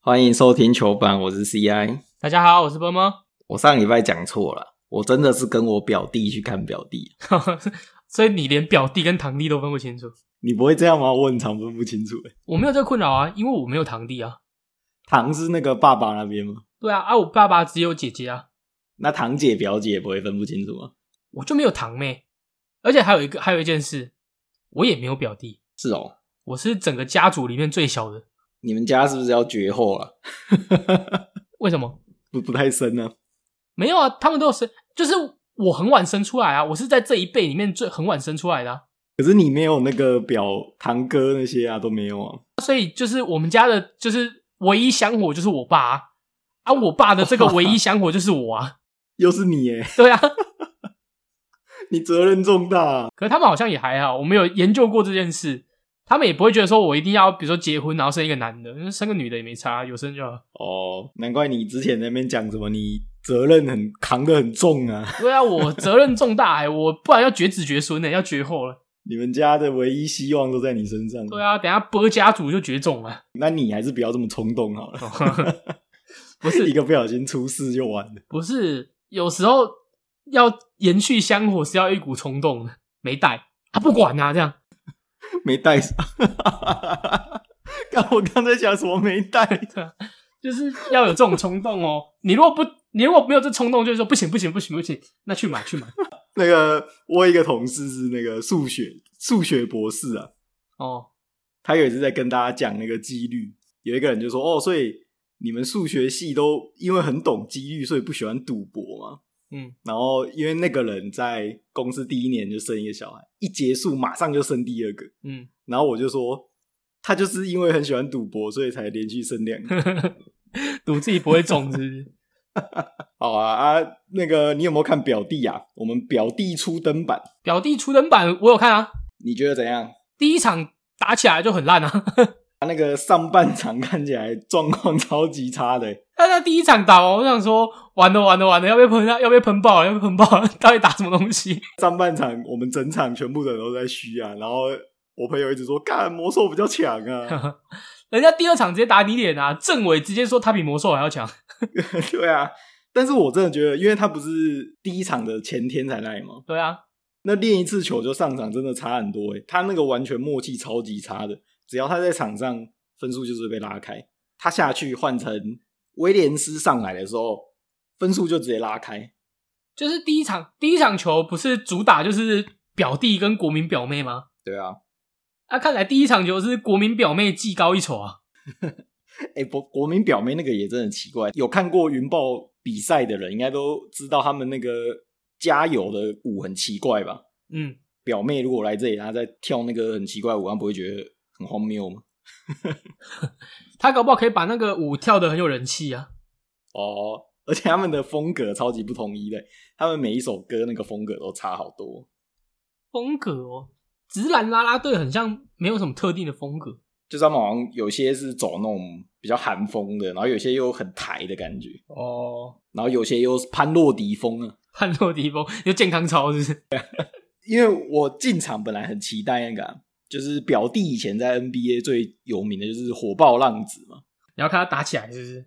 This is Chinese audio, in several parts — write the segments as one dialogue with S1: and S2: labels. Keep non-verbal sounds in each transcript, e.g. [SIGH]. S1: 欢迎收听球板，我是 CI。
S2: 大家好，我是波波。 [LAUGHS]
S1: 我上礼拜讲错了，我真的是跟我表弟去看表弟。
S2: 所以你连表弟跟堂弟都分不清楚？
S1: 你不会这样吗？我很常分不清楚、欸。
S2: 我没有这个困扰啊，因为我没有堂弟啊。
S1: 堂是那个爸爸那边吗？
S2: 对啊，啊，我爸爸只有姐姐啊，
S1: 那堂姐表姐不会分不清楚吗？
S2: 我就没有堂妹。而且还有一个，还有一件事，我也没有表弟，
S1: 是哦，
S2: 我是整个家族里面最小的。
S1: 你们家是不是要绝后了、
S2: 为什么？
S1: 不不太深呢、
S2: 没有啊，他们都有生，就是我很晚生出来啊，我是在这一辈里面最很晚生出来的、啊，
S1: 可是你没有那个表堂哥那些啊，都没有啊。
S2: 所以就是我们家的，就是唯一香火就是我爸啊，啊我爸的这个唯一香火就是我啊，
S1: 又是你耶，
S2: 对啊。
S1: 你责任重大、啊。
S2: 可是他们好像也还好，我们有研究过这件事，他们也不会觉得说我一定要，比如说结婚然后生一个男的，生个女的也没差，有生就好。
S1: 哦，难怪你之前在那边讲什么，你责任很扛得很重啊。
S2: 对啊，我责任重大哎、我不然要绝子绝孙呢、欸要绝后了。
S1: 你们家的唯一希望都在你身上。
S2: 对，啊，等一下播家族就绝种了。 [LAUGHS]
S1: 那你还是不要这么冲动好了，
S2: 不
S1: 一
S2: 是
S1: 哦个不小心出事就完了。
S2: 不是，有时候要延续香火是要一股冲动的，没带啊，不管啊，这样
S1: 没带上。 [LAUGHS] 刚我刚才想什么没带？
S2: 就是要有这种冲动哦。你如果不，你如果没有这冲动，就是说不行不行不行不行，那去买去买
S1: 那个我有一个同事是那个数学数学博士啊，
S2: 哦，
S1: 他有一次在跟大家讲那个几率，有一个人就说：“哦，所以你们数学系都因为很懂几率，所以不喜欢赌博嘛。”
S2: 嗯，
S1: 然后因为那个人在公司第一年就生一个小孩，一结束马上就生第二个，
S2: 嗯， [LAUGHS]
S1: 然后我就说他就是因为很喜欢赌博，所以才连续生两个。
S2: 赌自己不会中是不是？
S1: 好啊啊，那个你有没有看表弟啊？我们表弟出登版，
S2: 表弟初登版我有看啊，
S1: 你觉得怎样？
S2: 第一场打起来就很烂啊。 [LAUGHS]
S1: 他那个上半场看起来状况超级差的、
S2: 他在第一场打完，我想说完了完了完了，要被喷要被喷爆了，要被喷爆了， [LAUGHS] 到底打什么东西？ [LAUGHS]
S1: 上半场我们整场全部的人都在虚啊，然后我朋友一直说干魔兽比较强啊， [LAUGHS]
S2: 人家第二场直接打你脸啊！政委直接说他比魔兽还要强。
S1: 对啊，但是我真的觉得，因为他不是第一场的前天才来吗？
S2: 对啊，
S1: 那练一次球就上场真的差很多诶、欸他那个完全默契超级差的，只要他在场上分数就是会被拉开，他下去换成威廉斯上来的时候，分数就直接拉开，
S2: 就是第一场第一场球不是主打就是表弟跟国民表妹吗？
S1: 对啊，
S2: 啊，看来第一场球是国民表妹技高一筹啊。
S1: 哎、国国民表妹那个也真的奇怪，有看过云豹比赛的人应该都知道他们那个加油的舞很奇怪吧？
S2: 嗯，
S1: 表妹如果来这里，她在跳那个很奇怪的舞，她不会觉得很荒谬吗？
S2: 他搞不好可以把那个舞跳得很有人气啊。
S1: 哦，而且他们的风格超级不统一的，他们每一首歌那个风格都差好多。
S2: 风格哦，直男啦啦队很像没有什么特定的风格。
S1: 就是他们好像有些是走那种比较韩风的，然后有些又很台的感觉，
S2: 哦，
S1: 然后有些又是潘洛迪风啊。
S2: 汉洛迪风就健康操是不 [LAUGHS] 是？
S1: 因为我进场本来很期待那个啊、就是表弟以前在 NBA 最有名的就是火爆浪子嘛，
S2: 然后看他打起来是不是？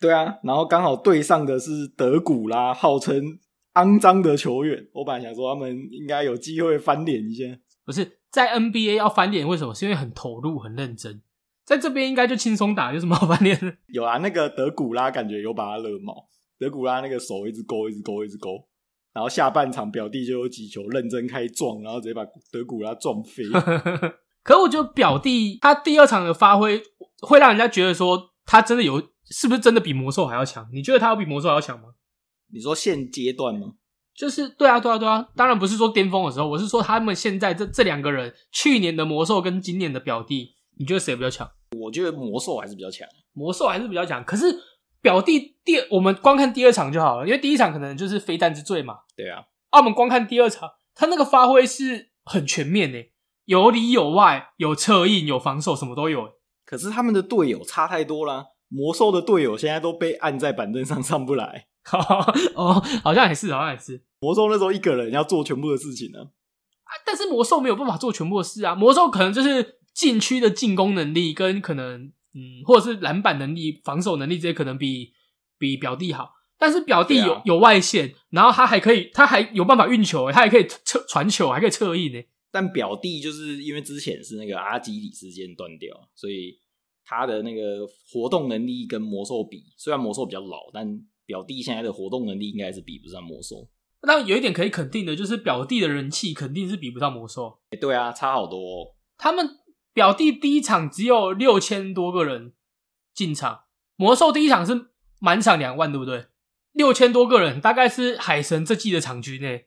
S1: 对啊，然后刚好对上的是德古拉，号称肮脏的球员，我本来想说他们应该有机会翻脸一下，
S2: 不是在 NBA 要翻脸，为什么？是因为很投入、很认真。在这边应该就轻松打，有什么好翻脸的？ [LAUGHS]
S1: 有啊，那个德古拉感觉有把他惹毛，德古拉那个手一直勾，一直勾，一直勾。然后下半场表弟就有几球认真开撞，然后直接把德古拉撞飞。 [LAUGHS]
S2: 可我觉得表弟他第二场的发挥会让人家觉得说他真的有，是不是真的比魔兽还要强？你觉得他有比魔兽还要强吗？
S1: 你说现阶段吗？
S2: 就是对啊，对啊，对啊。当然不是说巅峰的时候，我是说他们现在这这两个人，去年的魔兽跟今年的表弟，你觉得谁比较强？
S1: 我觉得魔兽还是比较强。啊
S2: 魔兽还是比较强，可是表弟第我们光看第二场就好了，因为第一场可能就是非战之罪嘛。
S1: 对啊，
S2: 啊，我们光看第二场，他那个发挥是很全面诶、有里有外，有策应，有防守，什么都有、 [LAUGHS]
S1: 可是他们的队友差太多啦。魔兽的队友现在都被按在板凳上上不来。
S2: 好哦，好像也是，好像也是
S1: 魔兽那时候一个人要做全部的事情呢、
S2: 啊。但是魔兽没有办法做全部的事啊，魔兽可能就是禁区的进攻能力跟可能嗯，或者是篮板能力、防守能力这些可能比比表弟好。但是表弟
S1: 对啊
S2: 有、有外线，然后他还可以，他还有办法运球、欸他还可以侧传球，还可以侧翼呢、
S1: 但表弟就是因为之前是那个阿基里斯腱断掉，所以他的那个活动能力跟魔兽比，虽然魔兽比较老，但表弟现在的活动能力应该是比不上魔兽。
S2: 那有一点可以肯定的，就是表弟的人气肯定是比不上魔兽。
S1: 欸对啊，差好多、哦。
S2: 他们表弟第一场只有六千多个人进场，魔兽第一场是满场两万，对不对？六千多个人，大概是海神这季的场均诶。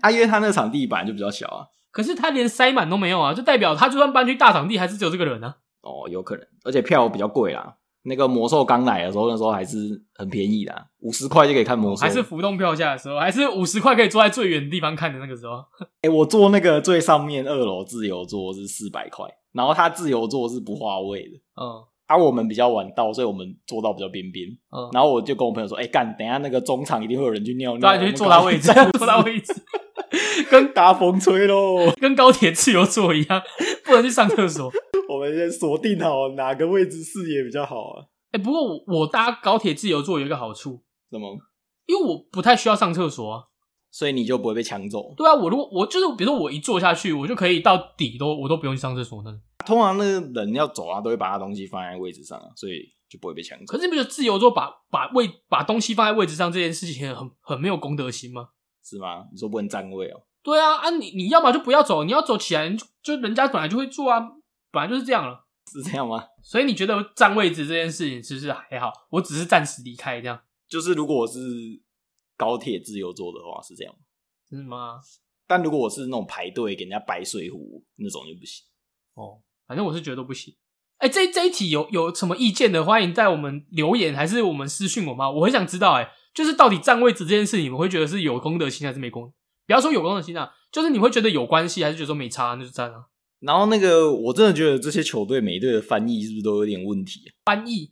S1: 啊，因为他那场地板就比较小啊。
S2: 可是他连塞满都没有啊，就代表他就算搬去大场地，还是只有这个人啊。
S1: 哦，有可能，而且票比较贵啦。那个魔兽刚来的时候，那时候还是很便宜的，啊五十块就可以看魔兽。
S2: 哦还是浮动票价的时候，还是五十块可以坐在最远的地方看的那个时候。
S1: 哎、我坐那个最上面二楼自由座是四百块，然后他自由座是不划位的。
S2: 嗯
S1: 啊，我们比较晚到，所以我们坐到比较边边。
S2: 嗯，
S1: 然后我就跟我朋友说：“哎、干，等一下那个中场一定会有人去尿
S2: 对
S1: 尿，
S2: 啊，你就去坐他位置， [LAUGHS] 坐他
S1: [LAUGHS]
S2: 位置，跟
S1: 大风吹喽。
S2: 跟高铁自由座一样，不能去上厕所。”
S1: [LAUGHS] 我们先锁定好哪个位置视野比较好啊？
S2: 哎、不过我我搭高铁自由座有一个好处，
S1: 什么？
S2: 因为我不太需要上厕所啊。
S1: 所以你就不会被抢走。
S2: 对啊，我如果我就是比如说我一坐下去，我就可以到底都我都不用去上厕所呢。
S1: 通常那个人要走啊，都会把他东西放在位置上啊，所以就不会被抢走。
S2: 可是你不觉得自由座把把位把东西放在位置上这件事情很很没有公德心吗？
S1: 是吗？你说不能占位哦？
S2: 对啊，啊你你要么就不要走，你要走起来你就就人家本来就会坐啊，本来就是这样了。
S1: 是这样吗？
S2: 所以你觉得占位置这件事情其实还好，我只是暂时离开这样，
S1: 就是如果我是高铁自由座的话是这样，
S2: 是吗？
S1: 但如果我是那种排队给人家摆水壶那种就不行。
S2: 哦，反正我是觉得都不行。哎、这这一题有有什么意见的，欢迎在我们留言，还是我们私讯我吗？我很想知道、哎，就是到底占位置这件事，你们会觉得是有公德心还是没公？不要说有公德心啊，就是你会觉得有关系，还是觉得说没差，那就占啊？
S1: 然后那个我真的觉得这些球队每一队的翻译是不是都有点问题啊、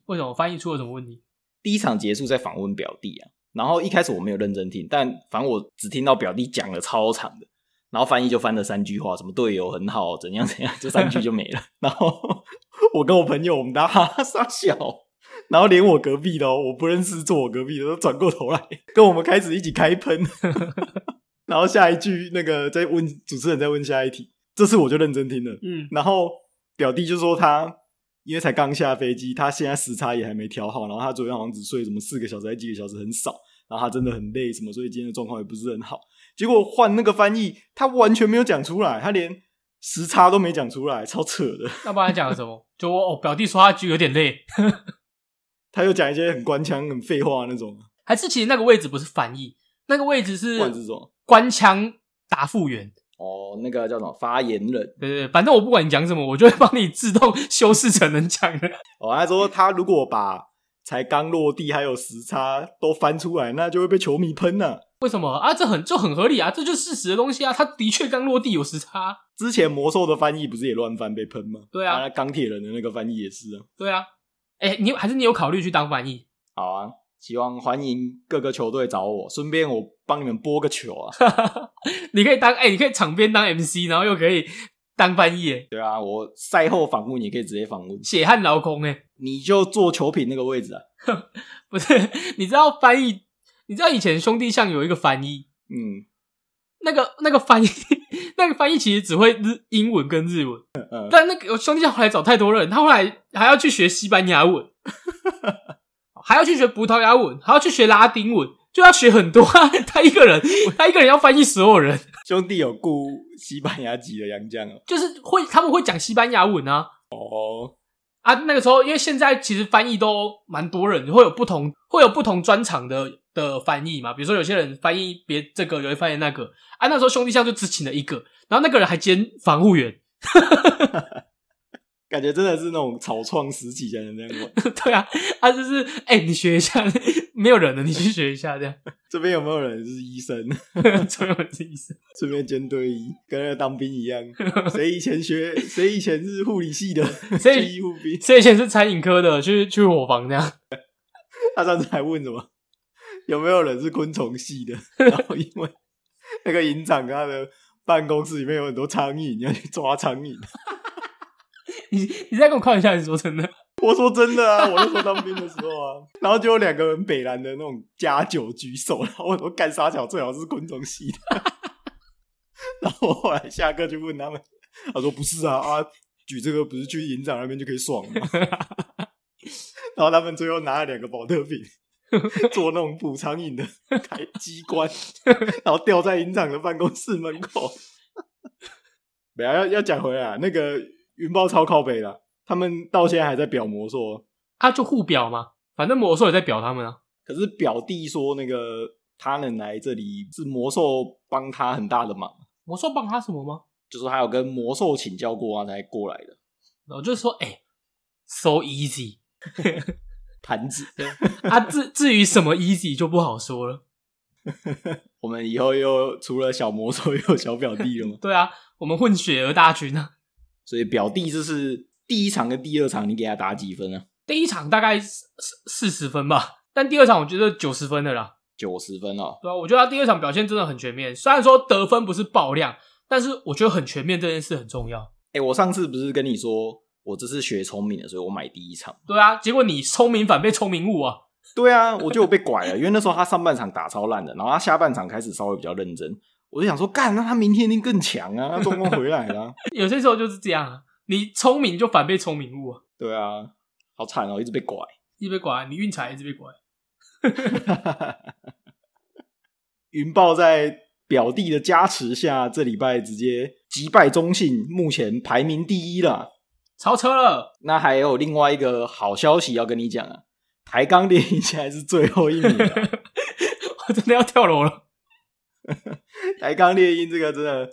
S2: 为什么翻译出了什么问题？
S1: 第一场结束在访问表弟啊，然后一开始我没有认真听，但反正我只听到表弟讲了超长的，然后翻译就翻了三句话，什么队友很好，怎样怎样，就三句就没了。 [LAUGHS] 然后我跟我朋友我们大家哈哈傻笑，然后连我隔壁的、哦、我不认识坐我隔壁的都转过头来跟我们开始一起开喷，然后下一句那个再问主持人再问下一题，这次我就认真听了。
S2: 嗯，
S1: 然后表弟就说他因为才刚下飞机，他现在时差也还没调好，然后他昨天好像只睡什么四个小时还几个小时，很少，然后他真的很累什么，所以今天的状况也不是很好。结果换那个翻译，他完全没有讲出来，他连时差都没讲出来，超扯的。
S2: 那不然讲了什么？ [LAUGHS] 就我、哦、表弟说他就有点累，
S1: 他又讲一些很官腔、很废话那种，
S2: 还是其实那个位置不是翻译，那个位置
S1: 不
S2: 是
S1: 管是什么。
S2: 官腔答复员。
S1: 哦，那个叫什么发言人？
S2: 对对，对反正我不管你讲什么，我就会帮你自动修饰成能讲的。
S1: 哦，他说他如果把才刚落地还有时差都翻出来，那就会被球迷喷了、
S2: 为什么啊？这很这很合理啊，这就是事实的东西啊。他的确刚落地有时差啊，
S1: 之前魔兽的翻译不是也乱翻被喷吗？
S2: 对啊
S1: 那钢铁人的那个翻译也是啊。
S2: 对啊。哎、你还是你有考虑去当翻译？ [LAUGHS]
S1: 好啊，希望欢迎各个球队找我，顺便我帮你们播个球
S2: [LAUGHS]
S1: 啊。
S2: 你可以当哎、你可以场边当 MC，然后又可以当翻译耶，
S1: 对啊，我赛后访问也可以直接访问，
S2: 血汗劳工哎、
S1: 你就坐球品那个位置啊。
S2: 不是？ [LAUGHS] 你知道翻译？你知道以前兄弟像有一个翻译，
S1: 嗯
S2: 那个那个翻译，那个翻译其实只会日英文跟日文，
S1: 嗯，
S2: 但那个兄弟像后来找太多人，他后来还要去学西班牙
S1: [LAUGHS]
S2: 文，还要去学葡萄牙文，还要去学拉丁文，就要学很多啊。 [LAUGHS] 他一个人，他一个人要翻译所有人，
S1: 兄弟有雇西班牙籍的洋将哦。
S2: 就是会他们会讲西班牙文啊
S1: 哦，
S2: 啊。那个时候，因为现在其实翻译都蛮多人，会有不同会有不同专场的的翻译嘛。比如说有些人翻译别这个，有人翻译那个啊。那时候兄弟像就只请了一个，然后那个人还兼防护员， [LAUGHS]
S1: 感觉真的是那种草创时期才能这样玩。
S2: 对啊，他就是哎、你学一下，没有人了，你去学一下这样。
S1: [LAUGHS]
S2: [LAUGHS]
S1: 这边有没有人是医生？ [LAUGHS]
S2: 左右文字医生。
S1: 顺便兼队医，跟那个当兵一
S2: [LAUGHS]
S1: 样。谁以前学？谁以前是护理系的？
S2: 谁
S1: 去医护兵？
S2: 所以以前是餐饮科的，去去伙房这样。 [LAUGHS]
S1: [LAUGHS] 他上次还问什么有没有人是昆虫系的，然后因为那个营长跟他的办公室里面有很多苍蝇，你要去抓苍蝇。
S2: 你你在跟我开玩笑？你说真的？
S1: [LAUGHS] 我说真的啊，我那时候当兵的时候啊， [LAUGHS] 然后就有两个人北蓝的那种加九举手，然后我说干啥巧，最好是昆虫系的。 [LAUGHS] 然后我后来下课就问他们，他说不是啊啊，举这个不是去营长那边就可以爽吗？ [LAUGHS] 然后他们最后拿了两个保特瓶， [LAUGHS] 做那种捕苍蝇的开机关，然后吊在营长的办公室门口。 [LAUGHS] 没有要要讲回来啊，那个云豹超靠北了，他们到现在还在表魔说，
S2: 啊，就互表嘛，反正魔兽也在表他们啊。
S1: 可是表弟说那个他能来这里是魔兽帮他很大的忙，
S2: 魔兽帮他什么吗？
S1: 就说他有跟魔兽请教过啊才过来的
S2: 然后就说，哎、s o easy
S1: 盘子。
S2: 啊，至至于什么 easy 就不好说了。
S1: 我们以后又除了小魔兽，又有小表弟了嘛， [LAUGHS]
S2: 对啊，我们混血儿大军啊，
S1: 所以表弟就是第一场跟第二场，你给他打几分啊？
S2: 第一场大概四四十分吧，但第二场我觉得九十分的啦。
S1: 九十分哦，
S2: 对啊，我觉得他第二场表现真的很全面，虽然说得分不是爆量，但是我觉得很全面这件事很重要。
S1: 哎、我上次不是跟你说我这次学聪明了，所以我买第一场。
S2: 对啊，结果你聪明反被聪明误啊， [LAUGHS]
S1: 对啊，我就有被拐了，因为那时候他上半场打超烂的，然后他下半场开始稍微比较认真，我就想说，干，那他明天一定更强啊，他中锋回来了啊、
S2: 有些时候就是这样啊，你聪明就反被聪明误啊，
S1: 对啊，好惨哦，一直被拐。 [LAUGHS]
S2: 一直被拐，你运财一直被拐。
S1: 云豹在表弟的加持下，这礼拜直接击败中信，目前排名第一了。
S2: 超车了， [LAUGHS]
S1: 那还有另外一个好消息要跟你讲啊，台钢电影现在是最后一名啊、
S2: 我真的要跳楼了。
S1: 台钢猎鹰这个真的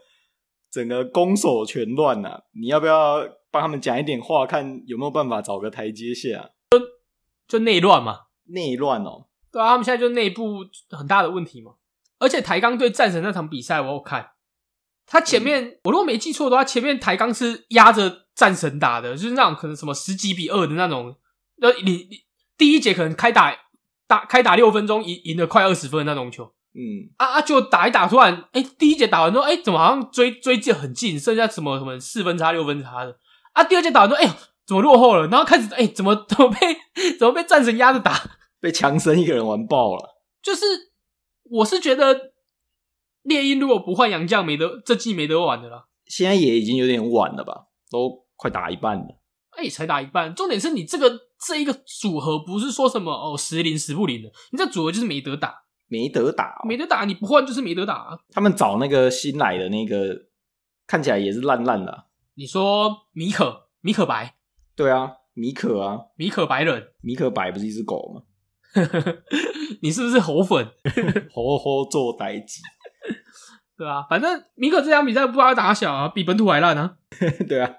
S1: 整个攻守全乱呐、你要不要帮他们讲一点话，看有没有办法找个台阶下？
S2: 就内乱嘛，
S1: 内乱哦，
S2: 对啊，他们现在就内部很大的问题嘛。而且台钢对战神那场比赛，我有看，他前面、我如果没记错的话，前面台钢是压着战神打的，就是那种可能什么十几比二的那种，那你你第一节可能开打打开打六分钟赢赢了快二十分的那种球
S1: 嗯，
S2: 啊啊，就打一打，突然哎、第一节打完之后，哎、怎么好像追追进很近，剩下什么什么四分差六分差的啊，第二节打完之后，哎、呦怎么落后了？然后开始哎、怎么怎么被怎么被战神压着打？
S1: 被强森一个人玩爆了。
S2: 就是我是觉得猎鹰如果不换洋将，没得这季没得玩的啦。
S1: 现在也已经有点晚了吧，都快打一半了。
S2: 哎、才打一半，重点是你这个这一个组合不是说什么哦时灵时不灵的，你这组合就是没得打，
S1: 没得打、哦，
S2: 没得打，你不换就是没得打啊、
S1: 他们找那个新来的那个，看起来也是烂烂的啊、
S2: 你说米可米可白
S1: 对啊，米可啊，
S2: 米可白人， [LAUGHS]
S1: 米可白不是一只狗吗？
S2: 你是不是猴粉？
S1: 吼吼做呆鸡。
S2: 对啊，反正米可这场比赛不知道打小啊，比本土还烂啊，
S1: [LAUGHS]
S2: [LAUGHS]
S1: 对啊，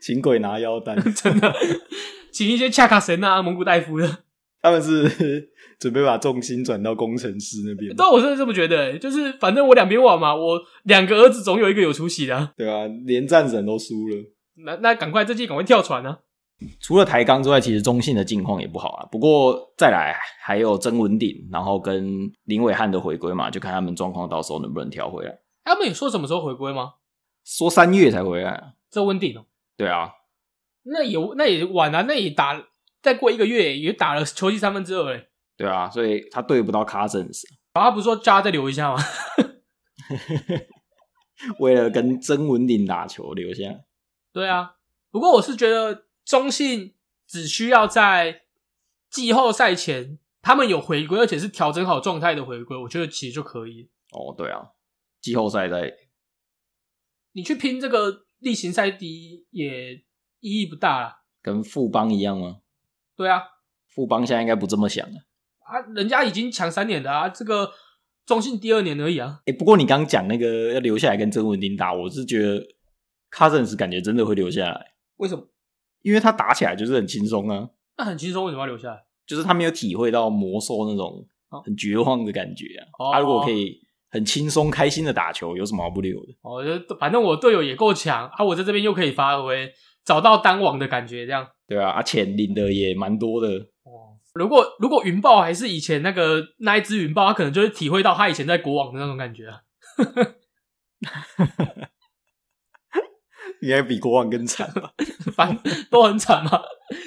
S1: 请鬼拿腰单，
S2: 真的， [LAUGHS] 请一些恰卡神啊、蒙古大夫的。
S1: [LAUGHS]
S2: [LAUGHS]
S1: 他们是 [LAUGHS] 准备把重心转到工程师那边，
S2: 对，啊我真的这么觉得、欸就是反正我两边玩嘛，我两个儿子总有一个有出息的啊、
S1: 对啊，连战神都输了。
S2: 那那赶快这季赶快跳船啊！
S1: 除了台钢之外，其实中信的境况也不好啊。不过再来还有曾文鼎，然后跟林伟汉的回归嘛，就看他们状况到时候能不能调回来。
S2: 他们有说什么时候回归吗？
S1: 说三月才回来啊，
S2: 这问定哦，
S1: 对啊，
S2: 那也那也晚啊，那也打再过一个月也打了球季三分之二嘞。
S1: 对啊，所以他对不到 Cousins，
S2: 然后他不是说叫他再留一下吗？
S1: [LAUGHS]
S2: [LAUGHS]
S1: 为了跟曾文鼎打球留下。
S2: 对啊，不过我是觉得中信只需要在季后赛前他们有回归，而且是调整好状态的回归，我觉得其实就可以。
S1: 哦，对啊，季后赛在
S2: 你去拼这个例行赛第一也意义不大啦。
S1: 跟富邦一样吗？
S2: 对啊，
S1: 富邦现在应该不这么想了。
S2: 啊，人家已经强三年的啊，这个中信第二年而已啊。
S1: 哎、不过你刚讲那个要留下来跟曾文鼎打，我是觉得 Cousins 感觉真的会留下来，
S2: 为什么？
S1: 因为他打起来就是很轻松啊，
S2: 那很轻松，为什么要留下来？
S1: 就是他没有体会到魔兽那种很绝望的感觉啊。
S2: 哦
S1: 他如果可以很轻松开心的打球，有什么好不留的？
S2: 哦，就反正我队友也够强啊，我在这边又可以发挥，找到单网的感觉，这样。
S1: 对啊，而且领的也蛮多的。
S2: 哦，如果如果云豹还是以前那个那一只云豹，他可能就会体会到他以前在国网的那种感觉啊。
S1: 应该比国王更惨吧？
S2: [LAUGHS] 反都很惨嘛。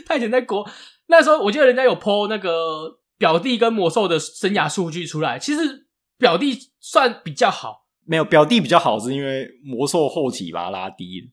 S2: 他以前在国那时候，我记得人家有 PO 那个表弟跟魔兽的生涯数据出来，其实表弟算比较好，
S1: 没有表弟比较好，是因为魔兽后期把它拉低了。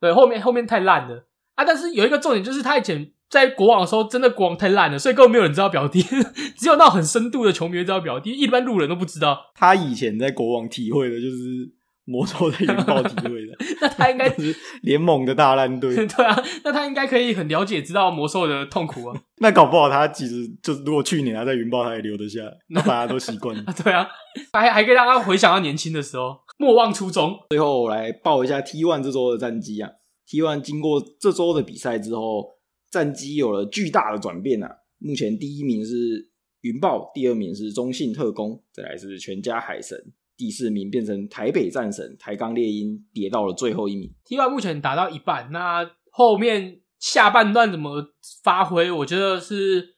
S2: 对，后面后面太烂了啊。但是有一个重点就是他以前在国网的时候，真的国网太烂了，所以根本没有人知道表弟， [LAUGHS] 只有那种很深度的球迷会知道表弟，一般路人都不知道。
S1: 他以前在国王体会的就是魔兽在引爆体会 [LAUGHS] 的，
S2: 那他应该
S1: 就是联盟的大烂队。
S2: 对啊，那他应该可以很了解知道魔兽的痛苦啊。
S1: 那搞不好他其实就是，如果去年他在云豹，他也留得下来，那大家都习惯了。
S2: 对啊，还还可以让他回想到年轻的时候，莫忘初衷。
S1: 最后我来报一下 T One 这周的战绩啊。T One 经过这周的比赛之后，战绩有了巨大的转变啊。目前第一名是云豹，第二名是中信特工，再来是全家海神，第四名变成台北战神，台钢猎鹰跌到了最后一名。
S2: T one 目前打到一半，那后面下半段怎么发挥，我觉得是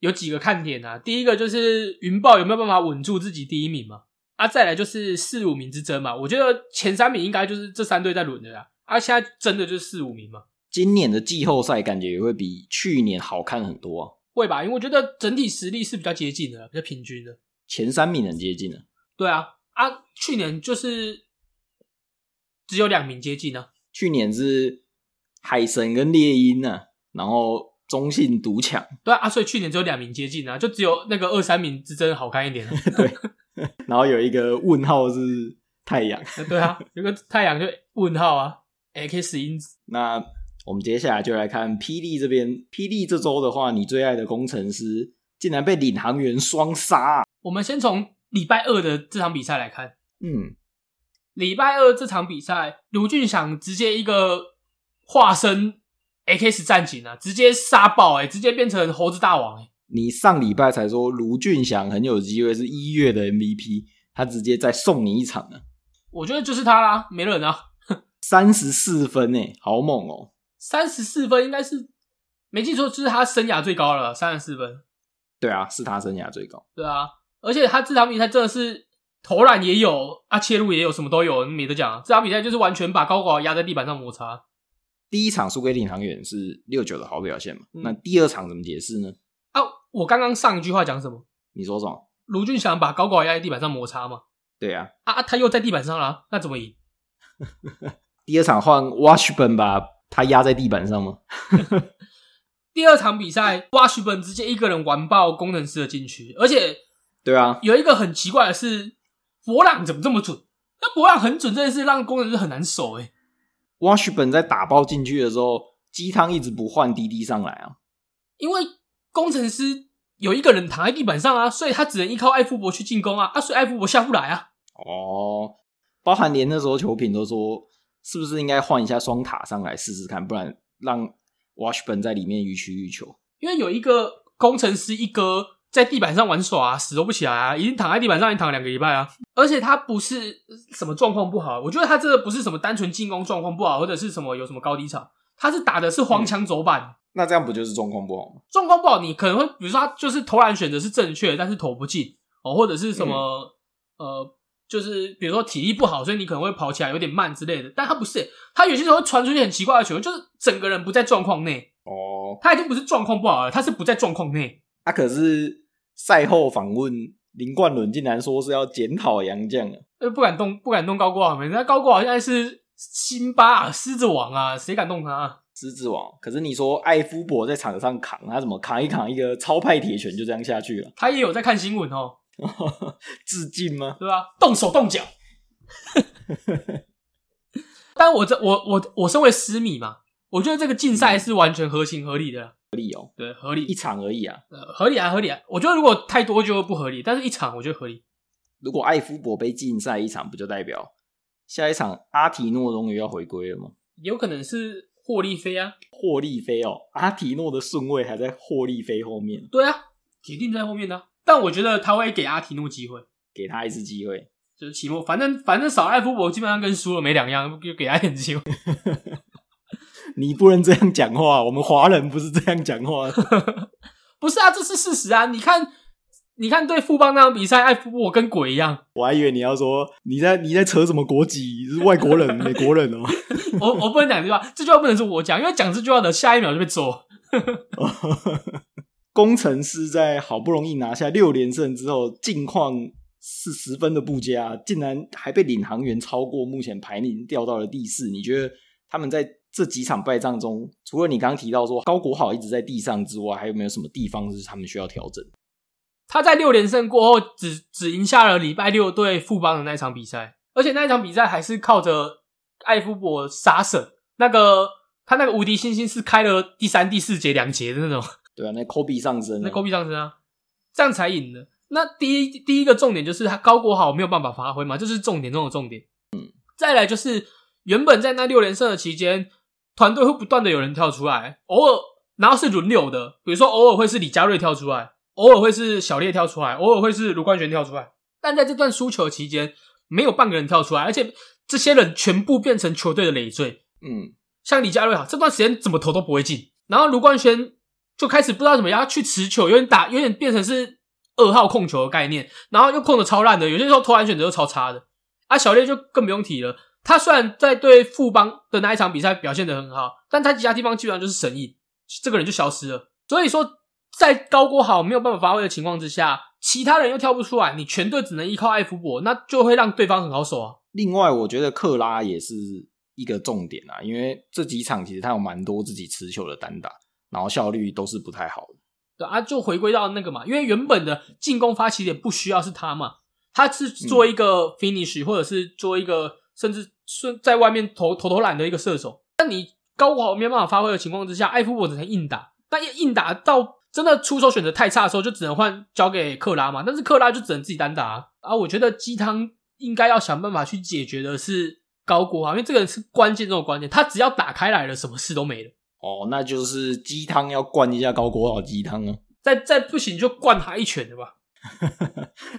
S2: 有几个看点啊。第一个就是云豹有没有办法稳住自己第一名嘛？啊，再来就是四五名之争嘛。我觉得前三名应该就是这三队在轮的啦。啊，现在争的就是四五名嘛，
S1: 今年的季后赛感觉也会比去年好看很多啊，
S2: 会吧？因为我觉得整体实力是比较接近的啦，比较平均的。
S1: 前三名很接近了、
S2: 对啊，啊，去年就是只有两名接近啊。
S1: 去年是海神跟猎鹰呢、啊，然后中信独抢。
S2: 对啊，啊所以去年只有两名接近啊，就只有那个二三名之争好看一点、啊。
S1: 然后有一个问号是太阳。
S2: 对啊，有个太阳就问号啊，X 因子
S1: 那我们接下来就来看霹雳这边，霹雳这周的话，你最爱的工程师竟然被领航员双杀啊、
S2: 我们先从礼拜二的这场比赛来看，
S1: 嗯，
S2: 礼拜二这场比赛，卢俊祥直接一个化身 X 战警啊，直接杀爆哎、直接变成猴子大王哎、
S1: 你上礼拜才说卢俊祥很有机会是一月的 MVP，他直接再送你一场呢、啊，
S2: 我觉得就是他啦，没人啊，
S1: 三十四分呢、好猛哦！
S2: 三十四分应该是没记错，就是他生涯最高了，三十四分，
S1: 对啊，是他生涯最高。
S2: 对啊，而且他这场比赛真的是投篮也有啊，切入也有，什么都有，没得讲啊。这场比赛就是完全把高华压在地板上摩擦。
S1: 第一场输给领航员是六九的好表现嘛，
S2: 嗯
S1: 那第二场怎么解释呢？
S2: 啊，我刚刚上一句话讲什么？
S1: 你说什么？
S2: 卢俊祥把高高压在地板上摩擦嘛，
S1: 对啊，
S2: 啊啊，他又在地板上啦、那怎么赢？
S1: 第二场换 Washburn 把他压在地板上吗？
S2: 第二场比赛，挖许本直接一个人完爆工程师的禁区，而且
S1: 对啊，
S2: 有一个很奇怪的是，博朗怎么这么准？那博朗很准，真的是让工程师很难守欸诶、
S1: Washburn 在打包进去的时候，鸡汤一直不换滴滴上来啊。
S2: 因为工程师有一个人躺在地板上啊，所以他只能依靠艾夫伯去进攻啊，啊，所以艾夫伯下不来啊。
S1: 哦，包含连那时候球评都说，是不是应该换一下双塔上来试试看，不然让 Washburn 在里面予取予求。
S2: 因为有一个工程师一哥在地板上玩耍啊，死都不起来啊，已经躺在地板上已经躺两个礼拜啊。而且他不是什么状况不好，我觉得他这个不是什么单纯进攻状况不好，或者是什么有什么高低潮，他是打的是黄腔走板。
S1: 那这样不就是状况不好吗？
S2: 状况不好，你可能会比如说他就是投篮选择是正确，但是投不进哦，或者是什么、呃，就是比如说体力不好，所以你可能会跑起来有点慢之类的。但他不是，他有些时候会传出去很奇怪的球，就是整个人不在状况内，
S1: 哦，
S2: 他已经不是状况不好了，他是不在状况内。
S1: 他、可是赛后访问林冠伦竟然说是要检讨杨绛啊。
S2: 呃，不敢动，不敢动高过好没？那高过好现在是辛巴、啊、狮子王啊，谁敢动他、啊？
S1: 狮子王，可是你说艾夫伯在场上扛，他怎么扛一扛一个超派铁拳就这样下去了？
S2: 他也有在看新闻哦，
S1: 致敬吗？
S2: 对吧？动手动脚。但我这我我我身为私米嘛，我觉得这个竞赛是完全合情合理的啦，
S1: 嗯合理哦，
S2: 对，合理
S1: 一场而已啊。
S2: 呃，合理啊，合理啊。我觉得如果太多就不合理，但是一场我觉得合理。
S1: 如果艾夫伯被禁赛一场，不就代表下一场阿提诺终于要回归了吗？
S2: 也有可能是霍利菲啊，
S1: 霍利菲哦，阿提诺的顺位还在霍利菲后面，
S2: 对啊，铁定在后面呢、啊但我觉得他会给阿提诺机会，
S1: 给他一次机会。
S2: 就是期末，反正反正少艾夫伯基本上跟输了没两样，就给他一点机会。 [LAUGHS]
S1: 你不能这样讲话，我们华人不是这样讲话的。
S2: 不是啊，这是事实啊！你看你看对富邦那场比赛，艾弗沃跟鬼一样。
S1: 我还以为你要说你在你在扯什么国籍，是外国人、美国人哦、
S2: 我我不能讲这句话，这句话不能是我讲，因为讲这句话的下一秒就被揍。
S1: [LAUGHS] 工程师在好不容易拿下六连胜之后，近况是十分的不佳，竟然还被领航员超过，目前排名掉到了第四。你觉得他们在这几场败仗中，除了你刚刚提到说高国好一直在地上之外，还有没有什么地方是他们需要调整？
S2: 他在六连胜过后，只只赢下了礼拜六对富邦的那一场比赛，而且那一场比赛还是靠着艾夫伯杀神，那个他那个无敌星星是开了第三、第四节两节的那种，
S1: 对啊，那 Kobe 上升
S2: 那
S1: 了，
S2: 高比上升啊，这样才赢的。那第一第一个重点就是他高国好没有办法发挥嘛，这是重点中的重点。嗯，再来就是原本在那六连胜的期间，团队会不断的有人跳出来，偶尔然后是轮流的，比如说偶尔会是李佳瑞跳出来，偶尔会是小烈跳出来，偶尔会是卢冠璇跳出来。但在这段输球期间，没有半个人跳出来，而且这些人全部变成球队的累赘。
S1: 嗯，
S2: 像李佳瑞啊，这段时间怎么投都不会进，然后卢冠轩就开始不知道怎么样去持球，有点打，有点变成是二号控球的概念，然后又控的超烂的，有些时候投篮选择又超差的。啊，小烈就更不用提了，他虽然在对富邦的那一场比赛表现的很好，但他其他地方基本上就是神隐，这个人就消失了。所以说，在高国豪没有办法发挥的情况之下，其他人又跳不出来，你全队只能依靠艾福伯，那就会让对方很好守啊。
S1: 另外，我觉得克拉也是一个重点啊，因为这几场其实他有蛮多自己持球的单打，然后效率都是不太好的。
S2: 对啊，就回归到那个嘛，因为原本的进攻发起点不需要是他嘛，他是做一个 finish、或者是做一个甚至顺在外面投投投篮的一个射手。那你高考没有办法发挥的情况之下，艾夫伯只能硬打，但硬打到真的出手选择太差的时候，就只能换交给克拉嘛。但是克拉就只能自己单打啊。啊我觉得鸡汤应该要想办法去解决的是高国豪，因为这个人是关键中的关键，他只要打开来了，什么事都没了。
S1: 哦，那就是鸡汤要灌一下高国豪鸡汤啊，
S2: 再再不行就灌他一拳的吧。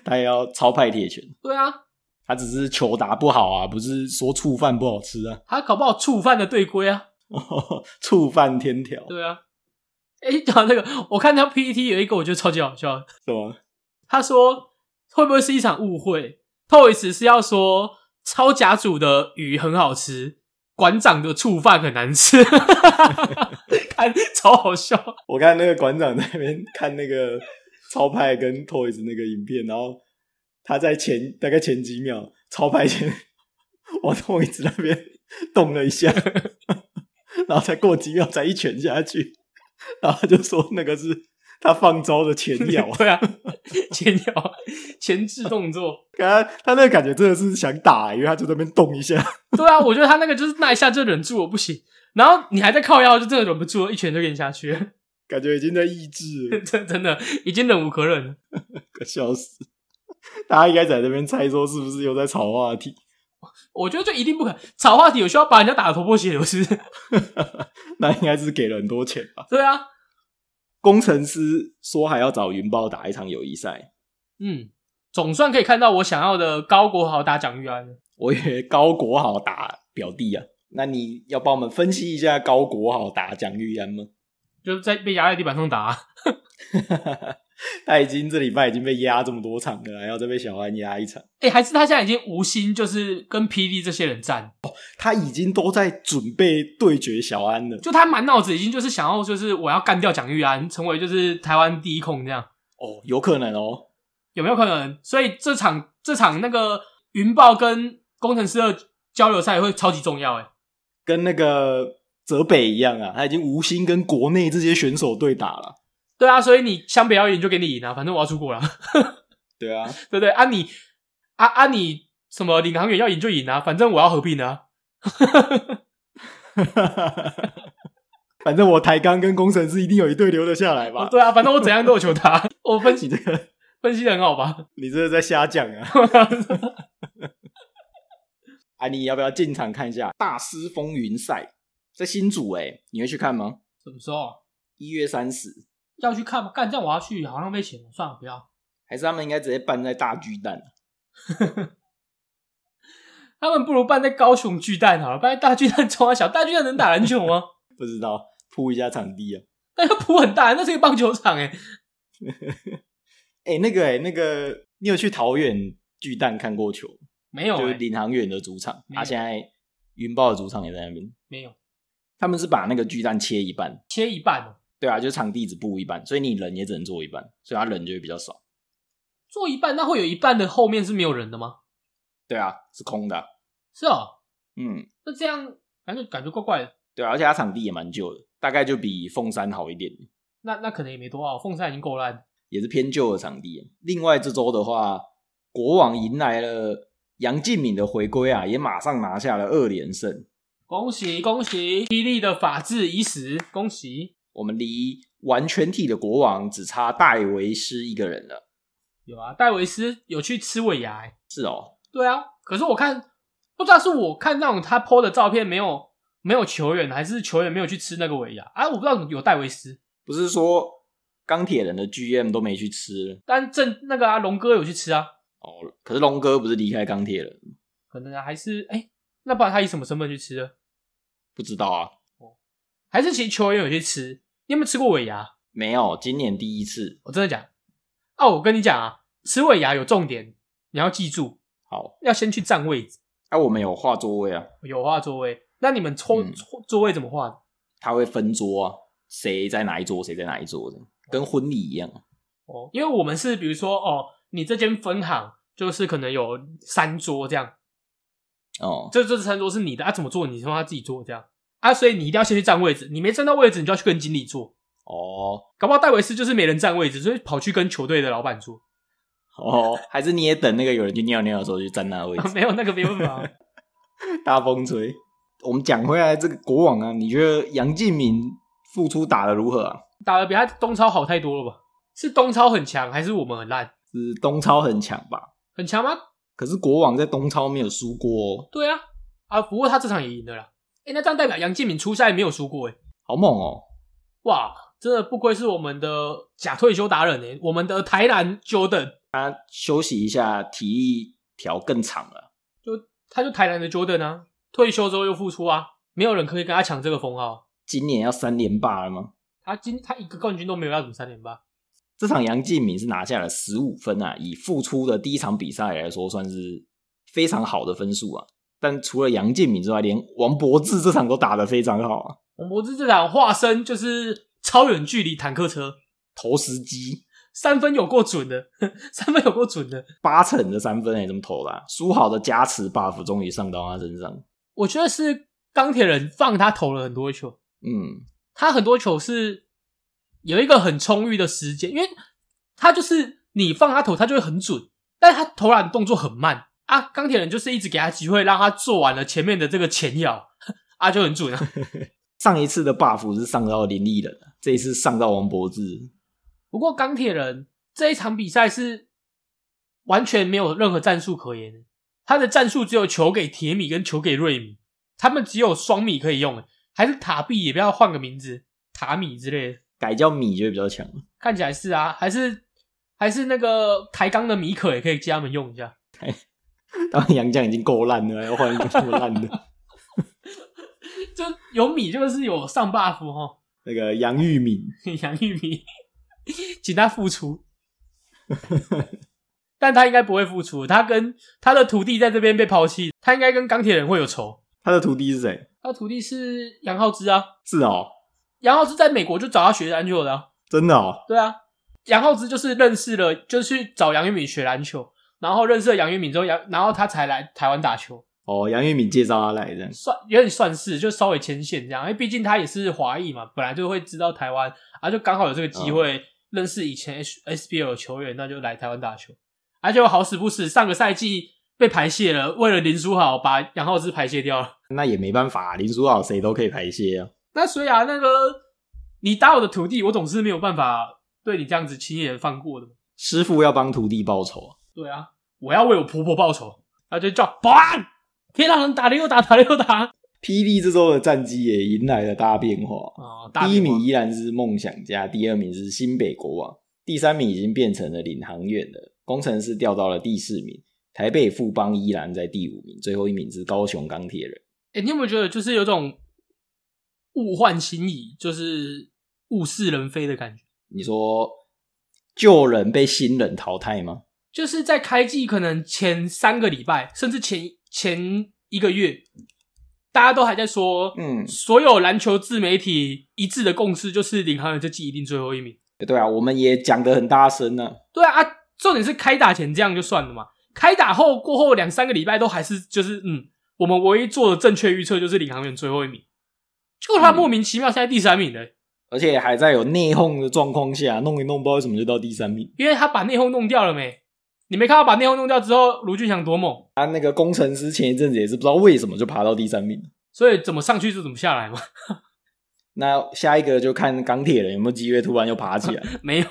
S1: 他也要超派铁拳，
S2: 对啊，
S1: 他只是球打不好啊，不是说触犯不好吃啊， [LAUGHS]
S2: 他搞不好触犯了队规啊。
S1: 触犯天条
S2: 对啊，哎、讲到这个，我看他 PPT 有一个，我觉得超级好笑的。
S1: 是吧？
S2: 他说会不会是一场误会？Toys 是要说超甲组的鱼很好吃，馆长的醋饭很难吃， [LAUGHS] 看超好笑。，
S1: 我看那个馆长在那边看那个超派跟 Toys 那个影片，然后他在前大概前几秒，超派先 [LAUGHS] 往 Toys 那边动了一下，然后才过几秒才一拳下去，然后他就说那个是他放招的前摇
S2: 对啊，前摇前置动作。
S1: 他他那个感觉真的是想打、欸因为他就在那边动一下，
S2: 对啊，我觉得他那个就是那一下就忍住我不行，然后你还在靠腰，就真的忍不住了，一拳就给你下去 [LAUGHS] 了，
S1: 感觉已经在抑制了，
S2: 真真的已经忍无可忍了。
S1: 快笑死！大家应该在那边猜说是不是又在炒话题， [LAUGHS]
S2: 我觉得就一定不可能。炒话题有需要把人家打得头破血流是不是？ [LAUGHS]
S1: 那应该是给了很多钱吧。
S2: 对啊，
S1: 工程师说还要找云豹打一场友谊赛，
S2: 嗯，总算可以看到我想要的高国豪打蒋玉安了。
S1: 我以为高国豪打表弟啊。那你要帮我们分析一下高国豪打蒋玉安吗？ [LAUGHS]
S2: 就是在被压在地板上打、啊
S1: 他已经这礼拜已经被压这么多场了，还要再被小安压一场，
S2: 哎、还是他现在已经无心，就是跟 PD 这些人战，
S1: 他已经都在准备对决小安了。
S2: 就他满脑子已经就是想要，就是我要干掉蒋玉安，成为就是台湾第一控这样，
S1: 哦，有可能哦，
S2: 有没有可能？所以这场这场那个云豹跟工程师的交流赛会超级重要、欸，哎，
S1: 跟那个泽北一样啊，他已经无心跟国内这些选手对打了。
S2: 对啊，所以你湘北要赢就给你赢啊，反正我要出国了。
S1: 对啊，
S2: 对不对？啊你啊啊你什么领航员要赢就赢啊，反正我要合并啊。
S1: 反正我抬杠跟工程师一定有一队留得下来吧？
S2: 哦对啊，反正我怎样都有球打。 [LAUGHS] 我分
S1: 你 [LAUGHS]
S2: 析
S1: 这个，
S2: 分析的很好吧？ [LAUGHS]
S1: 你这个在瞎讲啊！啊，你要不要进场看一下大师风云赛？在新竹哎、你会去看吗？
S2: 什么时候啊
S1: 一月三十，
S2: 要去看吗？干这样我要去，好像被钱了，算了，不要。
S1: 还是他们应该直接办在大巨蛋？
S2: 他们不如办在高雄巨蛋好了，办在大巨蛋冲啊小，大巨蛋能打篮球吗？ [LAUGHS]
S1: 不知道，铺一下场地啊。
S2: 欸那要铺很大，那是一个棒球场哎、
S1: 哎、那个哎、那个，你有去桃园巨蛋看过球？
S2: 没有、
S1: 就是
S2: 欸，
S1: 领航员的主场，
S2: 没有
S1: 他、现在云豹的主场也在那边。
S2: 没有，
S1: 他们是把那个巨蛋切一半，
S2: 切一半、哦，
S1: 对啊，就场地只布一半，所以你人也只能坐一半，所以他人就会比较少。
S2: 做一半，那会有一半的后面是没有人的吗？
S1: 对啊，是空的啊、
S2: 是哦，
S1: 嗯，
S2: 那这样感觉感觉怪怪的。
S1: 对啊，而且他场地也蛮旧的，大概就比凤山好一点，
S2: 那那可能也没多啊好，凤山已经够烂。
S1: 也是偏旧的场地。啊另外这周的话，国王迎来了杨敬敏的回归啊，也马上拿下了二连胜。
S2: 恭喜恭喜！霹雳的法治已死，恭喜！
S1: 我们离完全体的国王只差戴维斯一个人了。
S2: 有啊，戴维斯有去吃尾牙、欸，
S1: 是哦，
S2: 对啊。可是我看不知道是我看那种他 PO 的照片没有没有球员，还是球员没有去吃那个尾牙啊？我不知道怎么有戴维斯，
S1: 不是说钢铁人的 GM 都没去吃了
S2: 但正那个啊龙哥有去吃啊，
S1: 哦，可是龙哥不是离开钢铁人，
S2: 可能、啊、还是哎、那不然他以什么身份去吃的？
S1: 不知道啊，
S2: 还是其实球员有去吃？你有没有吃过尾牙？
S1: 没有，今年第一次。
S2: 我真的讲啊，我跟你讲啊，吃尾牙有重点，你要记住，
S1: 好，
S2: 要先去占位置，
S1: 那、我们有画座位啊，
S2: 有画座位。那你们抽、
S1: 嗯
S2: 抽座位怎么画的？
S1: 他会分桌啊，谁在哪一桌，谁在哪一桌的，跟婚礼一样。
S2: 哦，因为我们是比如说哦，你这间分行就是可能有三桌这样，
S1: 哦，
S2: 这这三桌是你的啊，怎么做你让他自己做这样啊，所以你一定要先去占位置，你没占到位置，你就要去跟经理坐。
S1: 哦，
S2: 搞不好戴维斯就是没人占位置，所以跑去跟球队的老板坐，
S1: 哦，还是你也等那个有人去尿尿的时候去站那个位置
S2: [LAUGHS] ，没有那个没办法啊。
S1: 大风吹。我们讲回来这个国王啊，你觉得杨敬敏复出打的如何啊？
S2: 打的比他东超好太多了吧？是东超很强，还是我们很烂？
S1: 是东超很强吧？
S2: 很强吗？
S1: 可是国王在东超没有输过、哦，
S2: 对啊，啊，不过他这场也赢了啦。哎、那这样代表杨建敏出赛没有输过哎、
S1: 好猛哦！
S2: 哇，真的不愧是我们的假退休达人哎、我们的台南 Jordan，
S1: 休息一下，体力调更长了。
S2: 他就台南的 Jordan 啊，退休之后又复出啊，没有人可以跟他抢这个封号。
S1: 今年要三连霸了吗？
S2: 他今他一个冠军都没有，要怎么三连霸？
S1: 这场杨敬敏是拿下了十五分啊，以复出的第一场比赛来说，算是非常好的分数啊。但除了杨敬敏之外，连王柏志这场都打得非常好啊，
S2: 王柏芝这场化身就是超远距离坦克车，
S1: 投十机
S2: 三分有够准的， [LAUGHS] 三分有够准的。
S1: 八成的三分哎、怎么投的、啊？苏好的加持 buff 终于上到他身上。
S2: 我觉得是钢铁人放他投了很多球，
S1: 嗯，
S2: 他很多球是有一个很充裕的时间，因为他就是你放他投，他就会很准，但是他投篮动作很慢啊。钢铁人就是一直给他机会，让他做完了前面的这个前摇啊，就很准啊。 [LAUGHS]
S1: 上一次的 buff 是上到林立人啊，这一次上到王柏志。
S2: 不过钢铁人这一场比赛是完全没有任何战术可言的，他的战术只有球给铁米跟球给瑞米，他们只有双米可以用，还是塔币也不要换个名字，塔米之类的。
S1: 改叫米就会比较强。
S2: 看起来是啊，还是还是那个抬杠的米可也可以借他们用一下。
S1: 当然杨绛已经够烂了，还要换一个这么烂的
S2: 就有米就是有上 buff [LAUGHS] 哈，
S1: 那个杨玉敏。
S2: 杨玉米，请他复出。但他应该不会复出，他跟他的徒弟在这边被抛弃，他应该跟钢铁人会有仇。
S1: 他的徒弟是谁？
S2: 他徒弟是杨浩之啊，
S1: 是哦，
S2: 杨浩之在美国就找他学篮球的、啊，
S1: 真的哦，
S2: 对啊，杨浩之就是认识了，就是去找杨玉敏学篮球，然后认识了杨玉敏之后，杨然后他才来台湾打球。
S1: 哦，杨玉敏介绍他来的。
S2: 算有点算是，就稍微牵线这样，因为毕竟他也是华裔嘛，本来就会知道台湾啊，就刚好有这个
S1: 嗯
S2: 机会认识以前 H SBL 球员，那就来台湾打球。而且好死不死，上个赛季被排泄了，为了林书豪把杨浩之排泄掉了。
S1: 那也没办法、啊林书豪谁都可以排泄啊。
S2: 那所以啊，那个你打我的徒弟，我总是没有办法对你这样子轻易地放过的。
S1: 师傅要帮徒弟报仇啊，
S2: 对啊，我要为我婆婆报仇，那就叫保安，可以让人打的又打，打的又打啊、
S1: 霹雳这周的战绩也迎来了大变化。
S2: 哦打
S1: 第一
S2: 电话
S1: 名依然是梦想家，第二名是新北国王，第三名已经变成了领航员了。工程师掉到了第四名，台北富邦依然在第五名，最后一名是高雄钢铁人。
S2: 哎、你有没有觉得就是有种物换星移，就是物是人非的感觉？
S1: 你说旧人被新人淘汰吗？
S2: 就是在开季可能前三个礼拜，甚至前前一个月，大家都还在说，
S1: 嗯
S2: 所有篮球自媒体一致的共识就是领航员这季一定最后一名。
S1: 对啊，我们也讲得很大声呢、
S2: 对啊，啊，重点是开打前这样就算了嘛，开打后过后两三个礼拜都还是就是嗯，我们唯一做的正确预测就是领航员最后一名，结果他
S1: 嗯
S2: 莫名其妙现在第三名了、
S1: 而且还在有内讧的状况下，弄一弄，不知道为什么就到第三名。
S2: 因为他把内讧弄掉了没？你没看到把内讧弄掉之后，卢俊祥多猛，
S1: 啊，那个工程师前一阵子也是不知道为什么就爬到第三名。
S2: 所以怎么上去就怎么下来嘛，
S1: 那下一个就看钢铁人有没有机会突然又爬起来。
S2: [LAUGHS] 没有。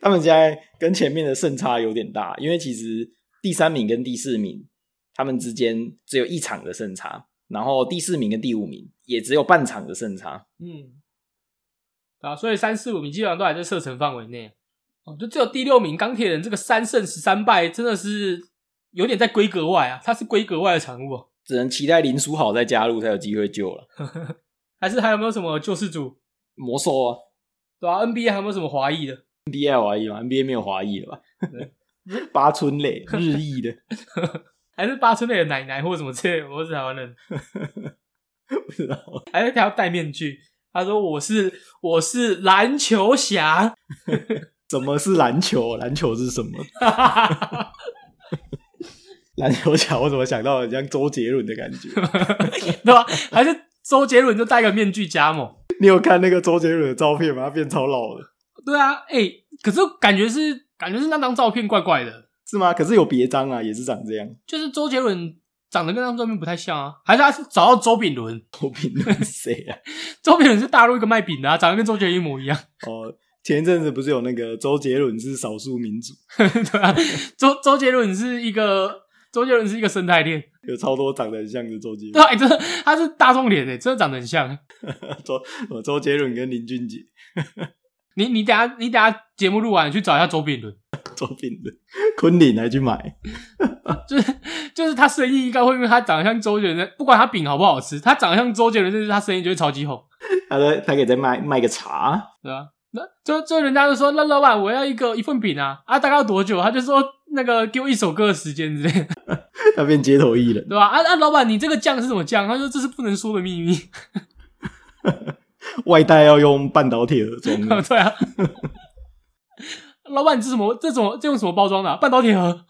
S1: 他们现在跟前面的胜差有点大，因为其实第三名跟第四名他们之间只有一场的胜差，然后第四名跟第五名也只有半场的胜差。
S2: 嗯，啊，所以三四五名基本上都还在射程范围内。哦，就只有第六名钢铁人这个三胜十三败，真的是有点在规格外啊，它是规格外的产物、哦。
S1: 只能期待林书豪再加入才有机会救了。
S2: 还是还有没有什么救世主？
S1: 魔兽啊
S2: 对吧、n b a 还有没有什么华裔的？
S1: ，NBA 华裔嘛，NBA 没有华裔了吧
S2: 对？
S1: [LAUGHS] 八村垒日裔的，
S2: 还是八村垒的奶奶或什么之类的？我是台湾人，
S1: [LAUGHS] 不知道。
S2: 还是他要戴面具？他说我是我是篮球侠，
S1: 什么是篮球？篮球是什么？
S2: 哈哈哈哈
S1: 篮球侠，我怎么想到很像周杰伦的感觉？ [LAUGHS]
S2: 对吧、还是周杰伦就戴个面具加盟？
S1: 你有看那个周杰伦的照片吗？他变超老了，
S2: 对啊，哎、可是感觉是感觉是那张照片怪怪的，
S1: 是吗？可是有别张啊，也是长这样。 [LAUGHS]
S2: 就是周杰伦长得跟那张照片不太像啊，还是他是找到周炳伦？
S1: 我评论谁啊？
S2: 周炳伦是大陆一个卖饼的、啊，长得跟周杰伦一模一样， [LAUGHS]
S1: 哦，前一阵子不是有那个周杰伦是少数民族，
S2: 对啊，周周杰伦是一个周杰伦是一个生态链，
S1: 有超多长得很像的周杰
S2: 对 [LAUGHS]
S1: 伦
S2: 啊，哎真的他是大众脸诶、欸真的长得很像。，
S1: 哦周杰伦跟林俊杰、
S2: 你你等下你等下节目录完你去找一下周炳伦，
S1: 周炳伦、昆凌还去买，
S2: 就是就是他生意应该会因为他长得像周杰伦，不管他饼好不好吃，他长得像周杰伦，就是他生意就会超级红。
S1: 他在他可以再卖卖个茶，
S2: 对啊，那就就人家就说，那老板我要一个一份饼啊，啊大概要多久？他就说那个给我一首歌的时间之类的，
S1: 他变街头艺人，
S2: 对吧、啊啊，老板你这个酱是什么酱？他说这是不能说的秘密。
S1: 外带要用半导体盒装的，
S2: [LAUGHS] 对啊，老板你这什么这种这用什么包装的啊、半导体盒？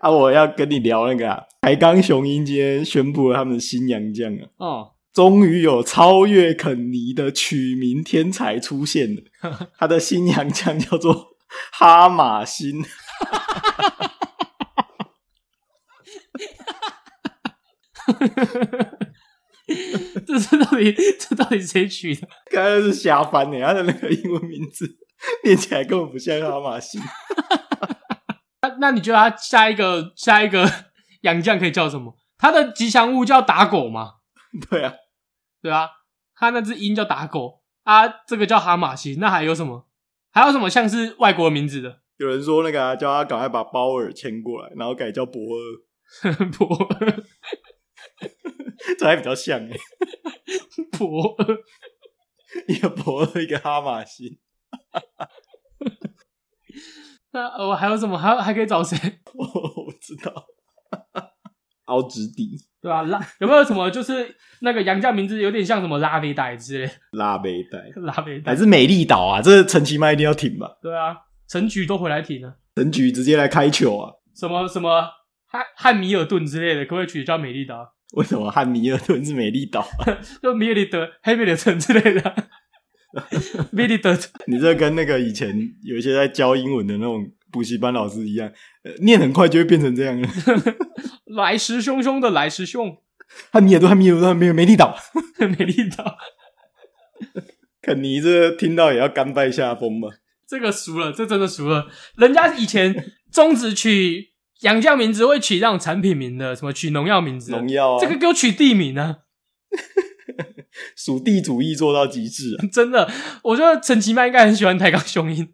S1: 啊，我要跟你聊那个啊，台钢雄鹰今天宣布了他们的新洋将啊，
S2: 哦，
S1: 终于有超越肯尼的取名天才出现了，他的新洋将叫做 [LAUGHS] 哈马星。
S2: [LAUGHS] 这是到底这到底谁取的？
S1: 刚才是瞎翻呢，他的那个英文名字 [LAUGHS] 念起来根本不像哈马星。
S2: 那那你觉得他下一个下一个 [LAUGHS] 洋酱可以叫什么？他的吉祥物叫打狗吗？
S1: 对啊，
S2: 对啊，他那只鹰叫打狗啊，这个叫哈马星，那还有什么？还有什么像是外国名字的？ [LAUGHS]
S1: 有人说那个、啊、叫他赶快把鲍尔牵过来，然后改叫博尔，
S2: 博尔
S1: 这还比较像 [LAUGHS] 哎，
S2: 博尔，
S1: 一个博尔，一个哈马星。
S2: 那呃还有什么？还有还可以找谁？
S1: 我哦我不知道， [LAUGHS] 凹直底
S2: 对啊，拉有没有什么就是那个洋将名字有点像什么拉维代之类的？ [LAUGHS]
S1: 拉背带
S2: 拉维
S1: 还
S2: 代
S1: 是美丽岛啊？这陈其迈一定要挺吧？
S2: 对啊，陈局都回来挺了，
S1: 陈局直接来开球啊！
S2: 什么什么汉汉密尔顿之类的，可不可以取叫美丽岛？
S1: 为什么汉密尔顿是美丽岛、啊？ [LAUGHS]
S2: 就米里德、黑米里城之类的，米里德
S1: 你这跟那个以前有一些在教英文的那种补习班老师一样，呃念很快就会变成这样了。
S2: 来势汹汹的来势汹， [LAUGHS]
S1: 汉密尔顿，汉密尔顿，汉密尔顿没力道。
S2: 美丽岛。
S1: 肯尼这听到也要甘拜下风吧？
S2: 这个熟了，这真的熟了。人家以前中职取洋将名字会取那种产品名的，什么取农药名字的，
S1: 农药啊，
S2: 这个给我取地名啊！
S1: 属地主义做到极致啊！ [LAUGHS]
S2: 真的，我觉得陈其迈应该很喜欢台钢雄鹰。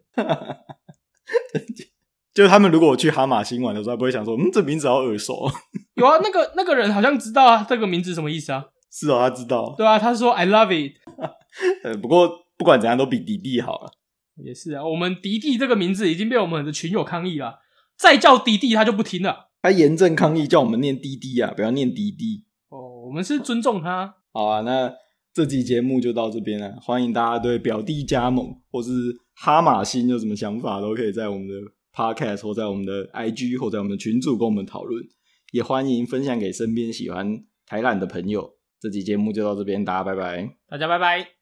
S1: 就是他们如果去哈马星玩的时候，他不会想说，嗯，这名字好耳熟。
S2: [LAUGHS]
S1: [LAUGHS]
S2: 有啊，那个那个人好像知道啊，这个名字什么意思啊？
S1: 是哦，他知道。
S2: 对啊，他说 I love it，
S1: 呃，不过不管怎样都比迪迪好了。
S2: 也是啊，我们迪迪这个名字已经被我们的群友抗议了，再叫迪迪他就不听了。
S1: 他严正抗议，叫我们念滴滴啊，不要念迪迪。
S2: 哦，我们是尊重他，
S1: 好啊，那这期节目就到这边了，欢迎大家对表弟加盟或是哈马星有什么想法，都可以在我们的 podcast 或在我们的 IG 或在我们的群组跟我们讨论，也欢迎分享给身边喜欢台懒的朋友。这期节目就到这边，大家拜拜。
S2: 大家拜拜。